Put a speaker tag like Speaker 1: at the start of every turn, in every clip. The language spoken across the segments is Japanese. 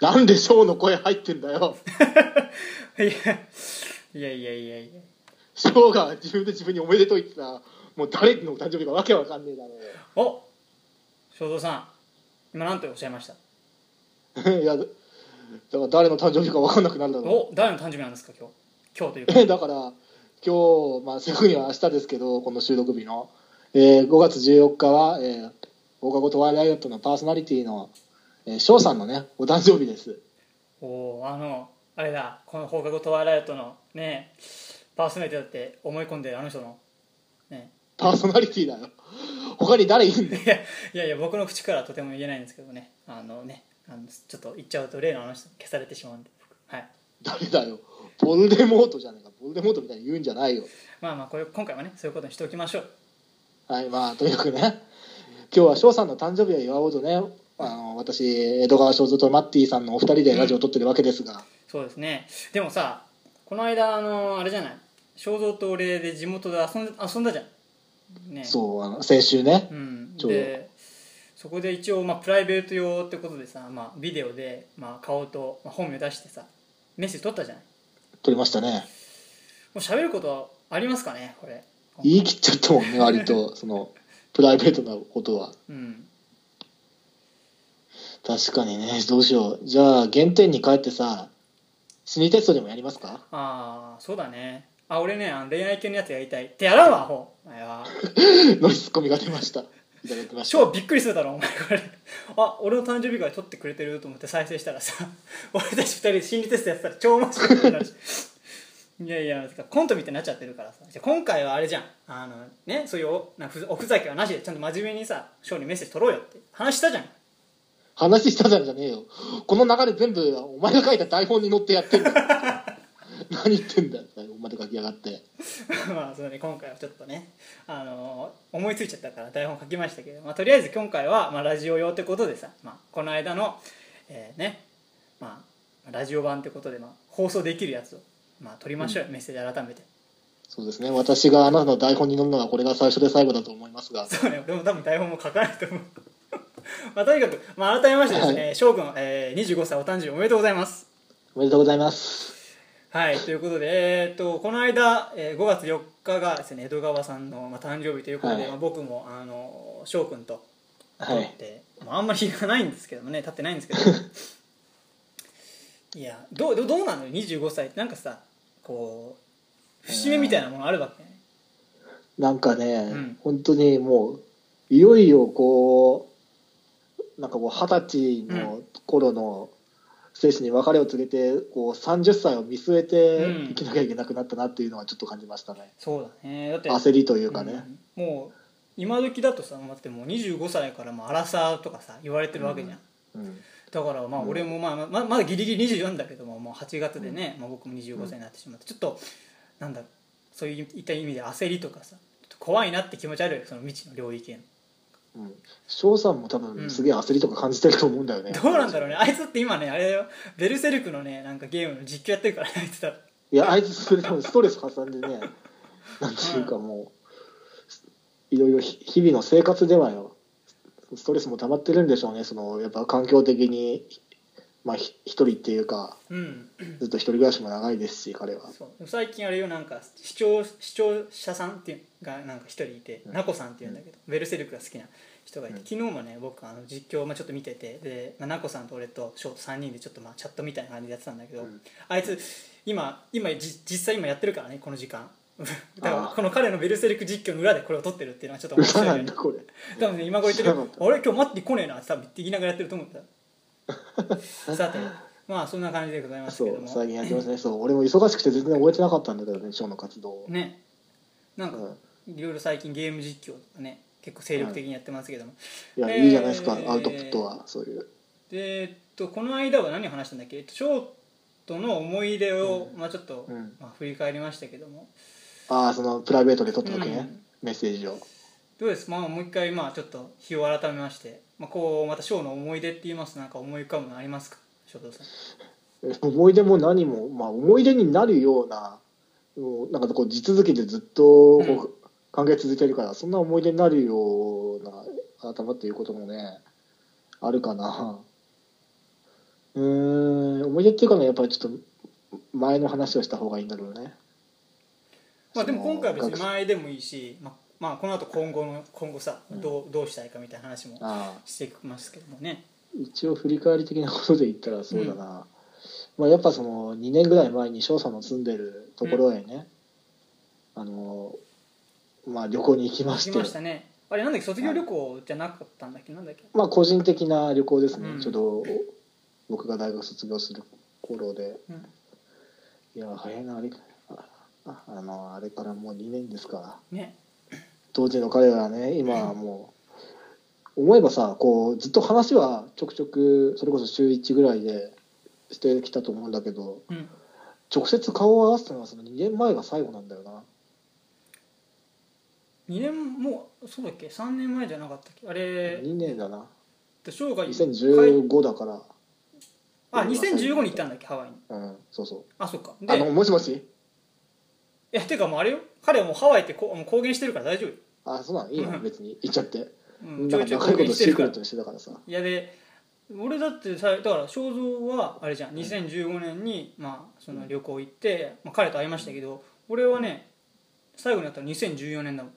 Speaker 1: なんでショーの声入ってんだよ。
Speaker 2: いや いやいやいや
Speaker 1: ショーが自分で自分におめでとう言ってたら、もう誰の誕生日かわけわかんねえだろうよ。
Speaker 2: お正蔵さん今なんておっしゃいました
Speaker 1: いやだから誰の誕生日か分かんなくなるだろ
Speaker 2: お誰の誕生日なんですか今日今日という
Speaker 1: う
Speaker 2: か
Speaker 1: だから今日、まあ、正確には明日ですけどこの収録日の、えー5月14日は、えー、放課後トワイライトのパーソナリティの翔、えー翔さんのねお誕生日です
Speaker 2: おーあのあれだこの放課後トワイライトのねパーソナリティだって思い込んでるあの人のね
Speaker 1: パーソナリティだよ他に誰いんだよ
Speaker 2: いやいやいや僕の口からはとても言えないんですけどねあのねあのちょっと言っちゃうと例のあの人消されてしまうんで僕はい
Speaker 1: 誰だよボルデモートじゃねえかボルデモートみたいに言うんじゃないよ
Speaker 2: まあまあこれ今回はねそういうことにしておきましょう
Speaker 1: はいまあとにかくね今日は翔さんの誕生日を祝おうとねあの私江戸川翔蔵とマッティさんのお二人でラジオを撮ってるわけですが、
Speaker 2: そうですねでもさこの間あのあれじゃない肖像と俺で地元で遊んで遊んだじゃんね
Speaker 1: そうあの先週ね
Speaker 2: うん、
Speaker 1: そう
Speaker 2: でそこで一応、まあ、プライベート用ってことでさ、まあ、ビデオで、まあ、顔と、まあ、本名出してさメッセージ撮ったじゃない
Speaker 1: 撮りましたね
Speaker 2: もう喋ることはありますかねこれ
Speaker 1: 言い切っちゃったも んね割とそのプライベートなことは
Speaker 2: うん
Speaker 1: 確かにねどうしようじゃあ原点に帰ってさ心理テストでもやりますか
Speaker 2: ああそうだねあ俺ねあの恋愛系のやつやりたいってやらんわアホお前は
Speaker 1: のツッコミが出ましたいただきました
Speaker 2: 超びっくりするだろお前これあ俺の誕生日会撮ってくれてると思って再生したらさ 俺たち二人で心理テストやってたら超面白くなるしいやいやてかコントみたいになっちゃってるからさじゃあ今回はあれじゃんあのねそういうおなふざおふざけはなしでちゃんと真面目にさショーにメッセージ取ろうよって話したじゃん
Speaker 1: 話したじゃんじゃねえよこの流れ全部お前が書いた台本に乗ってやってる 何言ってんだよお前で書きやがって
Speaker 2: まあそうね今回はちょっとねあの思いついちゃったから台本書きましたけど、まあ、とりあえず今回は、まあ、ラジオ用ってことでさ、まあ、この間の、えーねまあ、ラジオ版ってことで、まあ、放送できるやつを、まあ、撮りましょうよ、メッセージ改めて
Speaker 1: そうですね私があなたの台本に乗るのはこれが最初で最後だと思いますが
Speaker 2: そうね俺も多分台本も書かないと思う まあとにかく、まあ、改めましてですね翔くん、えー、25歳お誕生日おめでとうございます
Speaker 1: おめでとうございます
Speaker 2: はいということで、えー、とこの間、えー5月4日がですね江戸川さんの、まあ、誕生日ということで、
Speaker 1: はい
Speaker 2: まあ、僕もあの翔くんと
Speaker 1: は
Speaker 2: 撮っ
Speaker 1: い
Speaker 2: て、まあ、あんまり日がないんですけどもね立ってないんです けどいやどうどうどうなの25歳ってなんかさこう節目みたいなものあるわけね
Speaker 1: なんかね、
Speaker 2: ん
Speaker 1: 本当にもういよいよこうなんかこう二十歳の頃の精神に別れを告げてこう30歳を見据え
Speaker 2: う
Speaker 1: て生
Speaker 2: ん
Speaker 1: きなきゃいけなくなったなっていうのはちょっと感じましたね、
Speaker 2: そうだねだって
Speaker 1: 焦りというかね、
Speaker 2: うんもう今時だとさだってもう25歳からもう荒さとかさ言われてるわけじゃん、
Speaker 1: うん
Speaker 2: だからまあ
Speaker 1: うん
Speaker 2: 俺もまあままだギリギリ24だけどももう8月でね、まあ、僕も25歳になってしまってちょっとなんだそういった意味で焦りとかさちょっと怖いなって気持ちあるよその未知の領域への
Speaker 1: うん、翔さんも多
Speaker 2: う
Speaker 1: 分
Speaker 2: ん
Speaker 1: すげえ焦りとか感じてると思うんだよね、
Speaker 2: どうなんだろうねあいつって今ねあれだよベルセルクのねなんかゲームの実況やってるからねあいつだ
Speaker 1: いやあいつそれ多分ストレス発散でねなんていうかもういろいろひ日々の生活ではよストレスも溜まってるんでしょうねそのやっぱ環境的にまあひ一人っていうか
Speaker 2: うん
Speaker 1: ずっと一人暮らしも長いですし彼は
Speaker 2: そうでも最近あれよなんか視聴視聴者さんっていうのがなんか一人いて、
Speaker 1: うん
Speaker 2: ナコさんっていうんだけど、ベルセルクが好きな人がいて、
Speaker 1: うん
Speaker 2: 昨日もね僕あの実況、まあ、ちょっと見ててで、まあ、ナコさんと俺とショート3人でちょっとまあチャットみたいな感じでやってたんだけど、
Speaker 1: うん
Speaker 2: あいつ今今じ実際今やってるからねこの時 間だから
Speaker 1: あー
Speaker 2: この彼のベルセルク実況の裏でこれを撮ってるっていうのはちょっと面白い
Speaker 1: な
Speaker 2: よ
Speaker 1: ん
Speaker 2: ね
Speaker 1: だこれ
Speaker 2: 多分ね今頃言って
Speaker 1: 知らな
Speaker 2: る
Speaker 1: かっ
Speaker 2: 「あれ今日待って来ねえな」って多分言いながらやってると思うんださてまあそんな感じでございます
Speaker 1: そ
Speaker 2: けど
Speaker 1: う
Speaker 2: も
Speaker 1: 最近やってますねそう俺も忙しくて全然終えてなかったんだけどねショーの活動を、
Speaker 2: ねなんか
Speaker 1: うん
Speaker 2: いろいろ最近ゲーム実況とかね結構精力的にやってますけども、
Speaker 1: いや、
Speaker 2: えー
Speaker 1: いいじゃないですかアウトプットはそういう
Speaker 2: でえっとこの間は何を話したんだっけえっとショートの思い出を、まあ、ちょっと、
Speaker 1: うん
Speaker 2: まあ、振り返りましたけども
Speaker 1: ああそのプライベートで撮った時ね、
Speaker 2: うん
Speaker 1: メッセージを
Speaker 2: どうです、まあ、もう一回、まあ、ちょっと日を改めまして、まあ、こうまたショーの思い出って言いますとなんか思い浮かぶのありますかショートさ ん
Speaker 1: 思い出も何も、まあ、思い出になるようなうんなんかこう地続きでずっとこう、
Speaker 2: うん
Speaker 1: 関係続いてるからそんな思い出になるような頭っていうこともねあるかなうーん思い出っていうかねやっぱりちょっと前の話をした方がいいんだろうね
Speaker 2: まあでも今回は別に
Speaker 1: その
Speaker 2: 前でもいいし、まあ、まあこの後今後の今後さ
Speaker 1: うん
Speaker 2: どうどうしたいかみたいな話も
Speaker 1: ああ
Speaker 2: していきますけどもね
Speaker 1: 一応振り返り的なことで言ったらそうだな、まあ、やっぱその2年ぐらい前に翔さんの住んでるところへね、あのまあ旅行に行きまし
Speaker 2: 行
Speaker 1: て
Speaker 2: きましたねあれなんだっけ卒業旅行じゃなかったんだっけなんだっけ
Speaker 1: まあ個人的な旅行ですね、
Speaker 2: うん
Speaker 1: ちょうど僕が大学卒業する頃で
Speaker 2: うん
Speaker 1: いや早いなあれあああのあれからもう2年ですから
Speaker 2: ね
Speaker 1: 当時の彼らはね今はもう思えばさこうずっと話はちょくちょくそれこそ週1ぐらいでしてきたと思うんだけど
Speaker 2: うん
Speaker 1: 直接顔を合わせたのはその2年前が最後なんだよな
Speaker 2: 2年もうそうだっけ3年前じゃなかったっけあれ
Speaker 1: 2年だな
Speaker 2: で生涯帰っ
Speaker 1: 2015だから、
Speaker 2: あ2015に行ったんだっけハワイに
Speaker 1: うんそうそ
Speaker 2: あそっか
Speaker 1: うあの
Speaker 2: で
Speaker 1: もしもし
Speaker 2: いやてかもうあれよ彼はもうハワイってこうもう公言してるから大丈夫よ
Speaker 1: あそうなのいいよ別に行っちゃって
Speaker 2: うんち
Speaker 1: な
Speaker 2: ょ
Speaker 1: んか
Speaker 2: いちょい
Speaker 1: 長いこ
Speaker 2: 公言
Speaker 1: と
Speaker 2: して
Speaker 1: シ
Speaker 2: る
Speaker 1: ーク
Speaker 2: か
Speaker 1: レッ
Speaker 2: ら
Speaker 1: トにしてたからさ
Speaker 2: いやで俺だってさだから肖像はあれじゃん2015年に、まあ、その旅行行って、まあ、彼と会いましたけど俺はね最後に会ったの2014年だもん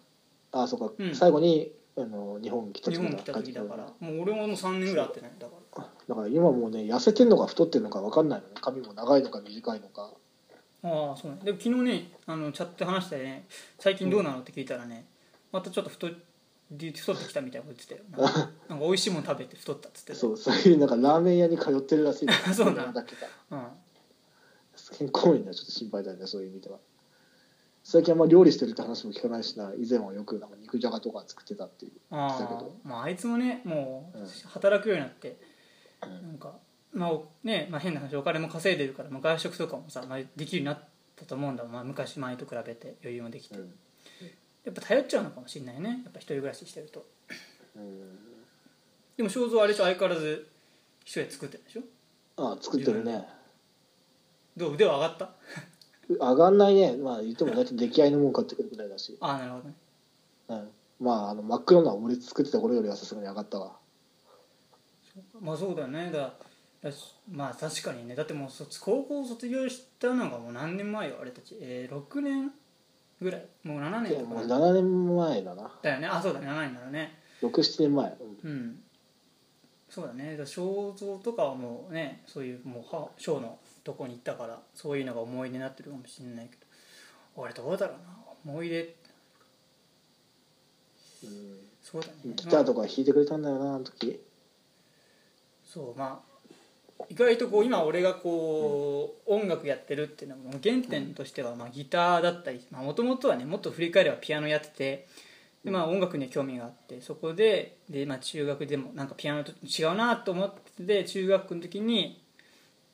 Speaker 1: あそっか、
Speaker 2: うん
Speaker 1: 最後にあの日本来た
Speaker 2: 日
Speaker 1: 時
Speaker 2: 本
Speaker 1: だ
Speaker 2: に来た時だから
Speaker 1: 帰って
Speaker 2: もう俺はもう3年ぐらい会ってないんだか
Speaker 1: きたからだから今もうね痩せてんのか太ってんのか分かんないのね髪も長いのか短いのから
Speaker 2: ああそうねでも昨日ねあのチャットで話してね最近どうなのって聞いたらねまたちょっと太り太ってきたみたいなこと言ってたよなん かなんか美味しいもの食べて太ったっつってた
Speaker 1: そうそういうなんかラーメン屋に通ってるらしい
Speaker 2: そうなん
Speaker 1: だっけか
Speaker 2: うん、
Speaker 1: 健康面ではちょっと心配だよねそういう意味では最近あんま料理してるって話も聞かないしな以前はよくなんか肉じゃがとか作ってたっていう
Speaker 2: あ
Speaker 1: だけ
Speaker 2: あ
Speaker 1: ど
Speaker 2: まああいつもねも
Speaker 1: うん
Speaker 2: う働くようになって、
Speaker 1: うん
Speaker 2: なんか、まあおねまあ、変な話お金も稼いでるから、まあ、外食とかもさ、まあ、できるようになったと思うんだ、まあ、昔前と比べて余裕もできて、
Speaker 1: うん
Speaker 2: やっぱ頼っちゃうのかもしれないねやっぱ一人暮らししてると
Speaker 1: うん
Speaker 2: でも肖像あれでしょ相変わらず一人で作ってるでしょ
Speaker 1: ああ作ってるね
Speaker 2: どう腕は上がった
Speaker 1: 上がんないねまあ言っても大体出来合いのもん買ってくるぐらいだし、
Speaker 2: ああなるほどね
Speaker 1: うん、まああの真っ黒なオムレツ作ってた頃よりはさすがに上がったわ
Speaker 2: まあそうだよねだだしまあ確かにねだってもう卒高校卒業したのがもう何年前よあれたち、えー、6年ぐらいもう7年
Speaker 1: で
Speaker 2: と
Speaker 1: も
Speaker 2: か
Speaker 1: う
Speaker 2: だ
Speaker 1: 7年前だな
Speaker 2: よねあそうだね7年だろうね
Speaker 1: 67年前、うん
Speaker 2: うんそうだねだから肖像とかはもうねそういうもうはショーのとこに行ったからそういうのが思い出になってるかもしれないけど俺どうだろうな思い出
Speaker 1: うん
Speaker 2: そうだね
Speaker 1: ギターと
Speaker 2: まあ
Speaker 1: か弾いてくれたんだよなあの時
Speaker 2: そうまあ意外とこう今俺がこう、音楽やってるっていうのも原点としてはまあギターだったりもともとはねもっと振り返ればピアノやっててでまあ音楽には興味があってそこでで、まあ、中学でもなんかピアノと違うなと思ってて中学の時に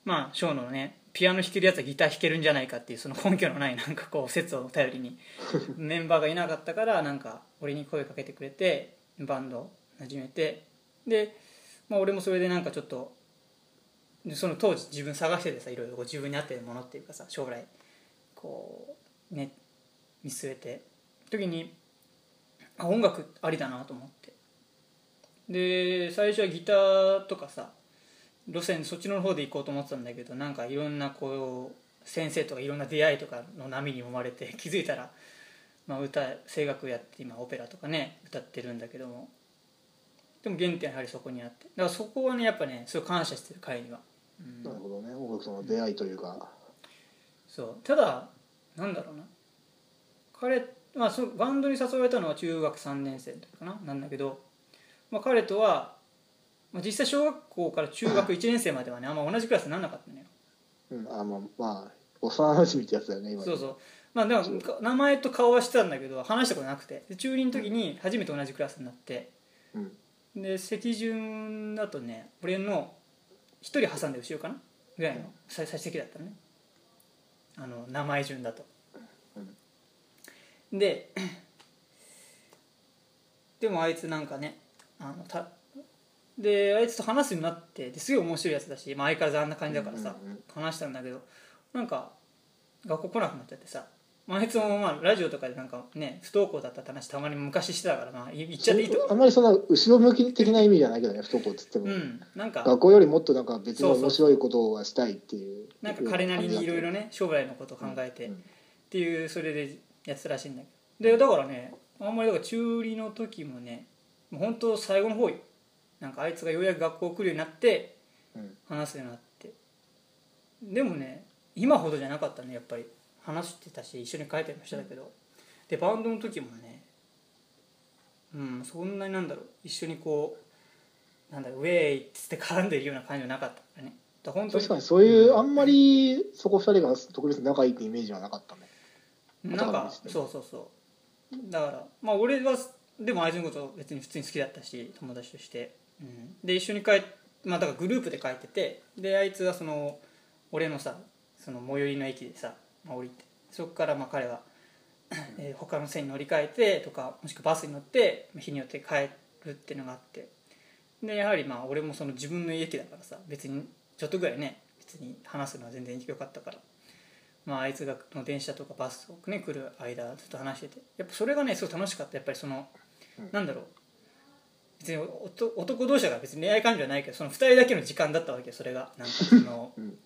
Speaker 2: まあ小野のねピアノ弾けるやつはギター弾けるんじゃないかっていうその根拠のないなんかこう説を頼りにメンバーがいなかったからなんか俺に声かけてくれてバンドを始めてで、まあ、俺もそれでなんかちょっとでその当時自分探しててさいろいろこう自分に合ってるものっていうかさ将来こうね見据えて時にあ音楽ありだなと思ってで最初はギターとかさ路線そっちの方で行こうと思ってたんだけどなんかいろんなこう先生とかいろんな出会いとかの波に揉まれて気づいたら、まあ、歌声楽やって今オペラとかね歌ってるんだけどもでも原点はやはりそこにあってだからそこはねやっぱねすごい感謝してる彼には、うん
Speaker 1: なるほどね音楽との出会いというか、
Speaker 2: そうただなんだろうな彼、まあ、そバンドに誘われたのは中学3年生の時かななんだけど、まあ、彼とは、まあ、実際小学校から中学1年生まではねあんま同じクラスにならなかったのよ
Speaker 1: うん、あまあまあ幼馴染ってやつだよね今
Speaker 2: そうそうまあでもか名前と顔はしてたんだけど話したことなくてで中2の時に初めて同じクラスになって
Speaker 1: う、うん、
Speaker 2: で席順だとね俺の一人挟んで後ろかなぐらいの
Speaker 1: うん
Speaker 2: 最最席だったのねあの名前順だと、ででもあいつなんかねあのたであいつと話すようになってですごい面白いやつだし、まあ、相変わらずあんな感じだからさ、
Speaker 1: うんうんうん
Speaker 2: 話したんだけどなんか学校来なくなっちゃってさまああいつもまあラジオとかでなんかね不登校だったって話たまに昔してたからまあい言っちゃっていいと
Speaker 1: あんまりそんな後ろ向き的な意味じゃないけどね不登校っつっても、
Speaker 2: うんなんか
Speaker 1: 学校よりもっとなんか別の
Speaker 2: そうそう
Speaker 1: 面白いことはしたいっていう
Speaker 2: なんか彼なりにいろい
Speaker 1: ね
Speaker 2: ろね将来のことを考えてっていうそれでやってたらしいんだけどでだからねあんまりだから中2の時もねもう本当最後の方よなんかあいつがようやく学校来るようになって
Speaker 1: うん
Speaker 2: 話すようになってでもね今ほどじゃなかったねやっぱり話してたし一緒に書いたりもしてたけど、でバンドの時もねうんそんなになんだろう一緒にこうなんだろうウェイっつって絡んでるような感じはなかったからねだから本当に
Speaker 1: 確かにそういうあんまりそこ二人が特別仲いいイメージはなかったね
Speaker 2: なん
Speaker 1: 頭の
Speaker 2: か
Speaker 1: 中で
Speaker 2: そうそうそうだからまあ俺はでもあいつのこと別に普通に好きだったし友達として、うん、で一緒に帰っまあだからグループで帰っててであいつはその俺のさその最寄りの駅でさ、まあ、降りてそこからまあ彼は、 えー他の線に乗り換えてとかもしくはバスに乗って日によって帰るっていうのがあってでやはりまあ俺もその自分の家駅だからさ別にちょっとぐらいね別に話すのは全然よかったからまあ、あいつがの電車とかバスとかね来る間ずっと話しててやっぱそれがねすごい楽しかったやっぱりその、
Speaker 1: うん
Speaker 2: なんだろう別におと男同士だから別に恋愛感情はないけどその2人だけの時間だったわけよそれがなんかその
Speaker 1: うん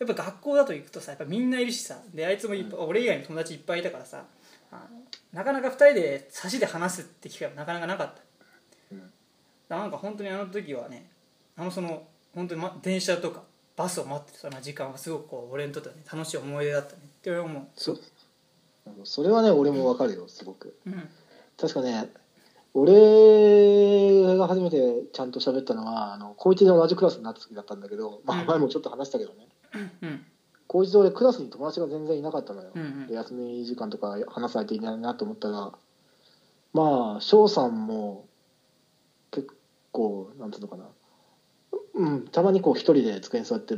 Speaker 2: やっぱ学校だと行くとさやっぱみんないるしさであいつもいっぱい俺以外に友達いっぱいいたからさあのなかなか2人で差しで話すって機会もなかなかなかった
Speaker 1: うん
Speaker 2: なんか本当にあの時はねあのその本当に、ま、電車とかバスを待ってたその時間はすごくこう俺にとってはね楽しい思い出だったねって俺は思
Speaker 1: そそれはね俺もわかるよすごく
Speaker 2: う、うん、
Speaker 1: 確かね俺が初めてちゃんと喋ったのはあの高一で同じクラスになった時だったんだけど、ま
Speaker 2: う
Speaker 1: あ、
Speaker 2: ん
Speaker 1: 前もちょっと話したけどね、
Speaker 2: うん
Speaker 1: 高一で俺クラスに友達が全然いなかったのよ、
Speaker 2: うんうん
Speaker 1: で休み時間とか話す相手いないなと思ったらまあ翔さんも結構なんていうのかなうんたまにこう一人で机に座って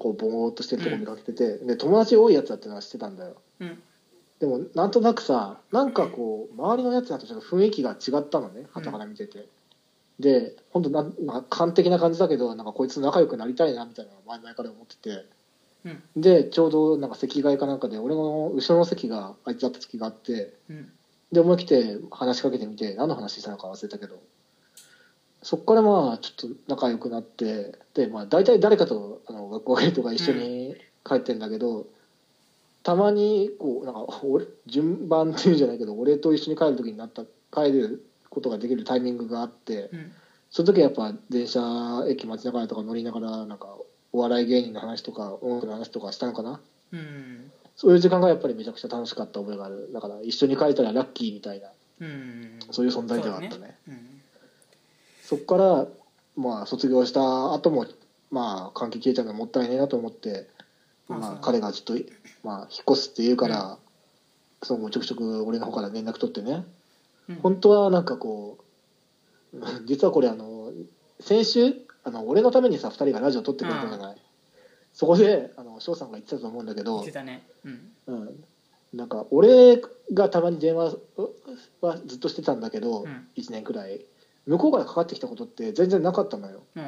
Speaker 1: こうぼーっとしてるとこ見かけてて、で友達多いやつだっていうのは知ってたんだよ
Speaker 2: うん
Speaker 1: でもなんとなくさなんかこう周りのやつらとちょっと雰囲気が違ったのねはたから見てて、で本当なんまあ完璧な感じだけどなんかこいつと仲良くなりたいなみたいなのを前々から思ってて
Speaker 2: うん
Speaker 1: でちょうどなんか席替えかなんかで俺の後ろの席があいつだった時があって
Speaker 2: うん
Speaker 1: で思い切って話しかけてみて何の話したのか忘れたけどそこからまあちょっと仲良くなってでまあ大体誰かとあの学校帰りとか一緒に帰ってんだけど、たまにこうなんか俺順番っていうんじゃないけど俺と一緒に帰る時になった帰ることができるタイミングがあって
Speaker 2: うん
Speaker 1: その時はやっぱ電車駅待ちながらとか乗りながらなんかお笑い芸人の話とか音楽の話とかしたのかな
Speaker 2: うん
Speaker 1: そういう時間がやっぱりめちゃくちゃ楽しかった覚えがあるだから一緒に帰ったらラッキーみたいな
Speaker 2: うん
Speaker 1: そういう存在ではあったね
Speaker 2: そうだうん
Speaker 1: そこからまあ卒業した後もまあ関係消えちゃうのはもったいないなと思って
Speaker 2: あそ
Speaker 1: ま
Speaker 2: うな
Speaker 1: あ
Speaker 2: んだ
Speaker 1: 彼がちょっとまあ引っ越すって言うから、そのちょくちょく俺の方から連絡取ってね
Speaker 2: うん
Speaker 1: 本当はなんかこう 実はこれあの先週あの俺のためにさ2人がラジオ撮ってくれたじゃない、そこであの翔さんが言ってたと思うんだけ
Speaker 2: 言
Speaker 1: ど
Speaker 2: ってたねうん
Speaker 1: うんなんか俺がたまに電話はずっとしてたんだけど、
Speaker 2: うん
Speaker 1: 1年くらい向こうからかかってきたことって全然なかったのよ
Speaker 2: うん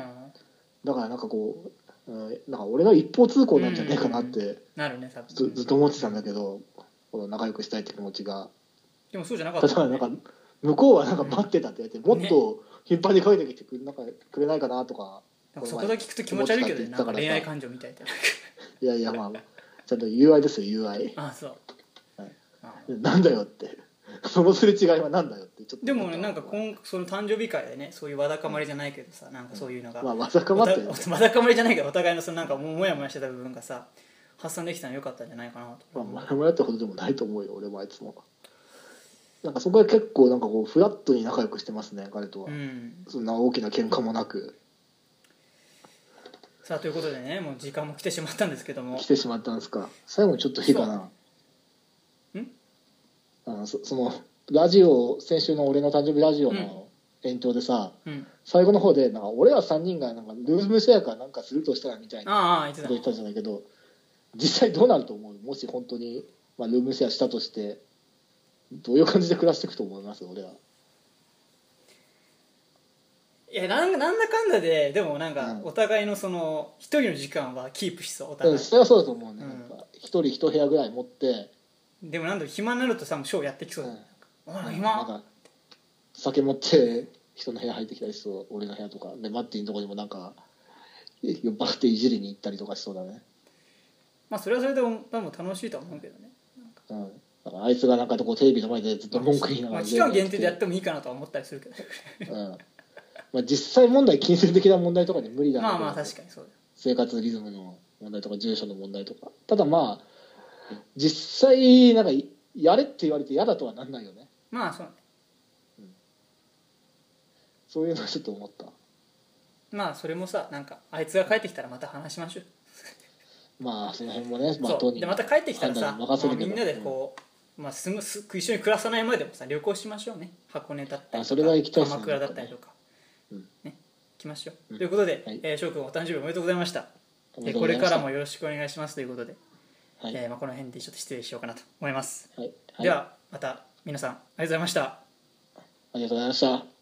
Speaker 1: だからなんかこう、うん、なんか俺の一方通行なんじゃねえかなって
Speaker 2: なるね多分
Speaker 1: ず,、ずっと思ってたんだけどこの仲良くしたいって気持ちが
Speaker 2: でもそうじゃなか
Speaker 1: た
Speaker 2: った
Speaker 1: だなんか向こうはなんか待ってたって言ってもっと頻繁にかけてきてくれなんかくれないかなとか
Speaker 2: なんかそこだけ聞くと気持ち悪いけどね
Speaker 1: 思っ
Speaker 2: な
Speaker 1: てた
Speaker 2: んか
Speaker 1: って
Speaker 2: 恋
Speaker 1: 言っ
Speaker 2: 愛
Speaker 1: てたから
Speaker 2: 感情みたいで
Speaker 1: いやいやまあちゃんと友愛ですよ友愛
Speaker 2: あそう
Speaker 1: はい
Speaker 2: あー
Speaker 1: なんだよってそのすれ違いはなんだよってちょっと
Speaker 2: でもねなんか今その誕生日会でねそういうわだかまりじゃないけどさなんかそういうのが
Speaker 1: まあまさかまって
Speaker 2: おたまだかまりじゃないけどお互いのそのなんかももやもやしてた部分がさ発散できたのよかったんじゃないかなと
Speaker 1: まあ、前もやったことでもないと思うよ俺もあいつもなんかそこは結構なんかこうフラットに仲良くしてますね彼とは、
Speaker 2: うん
Speaker 1: そんな大きな喧嘩もなく
Speaker 2: さあということでねもう時間も来てしまったんですけども
Speaker 1: 来てしまったんですか最後にちょっといいかな
Speaker 2: そううん
Speaker 1: あのそそのラジオ先週の俺の誕生日ラジオの延長でさ、
Speaker 2: うん
Speaker 1: 最後の方でなんか俺ら3人がなんかルームシェアかなんかするとしたらみたいな
Speaker 2: あああいつ
Speaker 1: こ
Speaker 2: だ
Speaker 1: と言
Speaker 2: ね
Speaker 1: ってたじゃないけど実際どうなると思うもし本当に、まあ、ルームシェアしたとしてどういう感じで暮らしていくと思います俺ら
Speaker 2: いやなんなんだかんだででもなん
Speaker 1: う
Speaker 2: か
Speaker 1: ん
Speaker 2: お互いのその一人の時間はキープしそうお
Speaker 1: う
Speaker 2: 互い
Speaker 1: ん、それはそうだと思うね、
Speaker 2: うん
Speaker 1: なんか一人一部屋ぐらい持って
Speaker 2: でもなんだろう暇になるとさもうショーやってきそうだよね、お前暇、
Speaker 1: なんか酒持って人の部屋入ってきたりしそう俺の部屋とかでマッティのとこにもなんか酔っ払っていじりに行ったりとかしそうだね、
Speaker 2: まあそれはそれで多分楽しいとは思うけどね
Speaker 1: うん、だからあいつがなんかこうテレビの前でずっと文句言いなが
Speaker 2: ま
Speaker 1: ら
Speaker 2: あ、期間限定でやってもいいかなとは思ったりするけど
Speaker 1: うんまあ、実際問題金銭的な問題とかで無理だ
Speaker 2: まあまあ確かにそうだよ
Speaker 1: 生活リズムの問題とか住所の問題とかただまあ実際なんかいやれって言われて嫌だとはなんないよね
Speaker 2: まあそう
Speaker 1: そういうのはちょっと思った
Speaker 2: まあそれもさなんかあいつが帰ってきたらまた話しましょう
Speaker 1: まあその辺もね、まあ、
Speaker 2: そ
Speaker 1: 当
Speaker 2: う
Speaker 1: 人
Speaker 2: でまた帰ってきたらさ、
Speaker 1: 判断に
Speaker 2: ま
Speaker 1: 任せ
Speaker 2: あ、
Speaker 1: るけ
Speaker 2: み
Speaker 1: ど
Speaker 2: んなでこう、まあ、住むす一緒に暮らさない前でもさ旅行しましょうね箱根だったり
Speaker 1: あそれは行きたいですね
Speaker 2: 鎌倉だったりと
Speaker 1: う
Speaker 2: か、
Speaker 1: ん
Speaker 2: ね行きましょう、
Speaker 1: うん
Speaker 2: ということで
Speaker 1: はい
Speaker 2: えー翔くん、お誕生日おめでとうございました
Speaker 1: おめ
Speaker 2: え
Speaker 1: でと
Speaker 2: ー
Speaker 1: う
Speaker 2: こ
Speaker 1: ござ
Speaker 2: れ
Speaker 1: いま
Speaker 2: か
Speaker 1: し
Speaker 2: ら
Speaker 1: た
Speaker 2: もよろしくお願いしますということで、
Speaker 1: はい
Speaker 2: えーまあ、この辺でちょっと失礼しようかなと思います、
Speaker 1: はい、
Speaker 2: ではまた皆さんありがとうございました
Speaker 1: ありがとうございました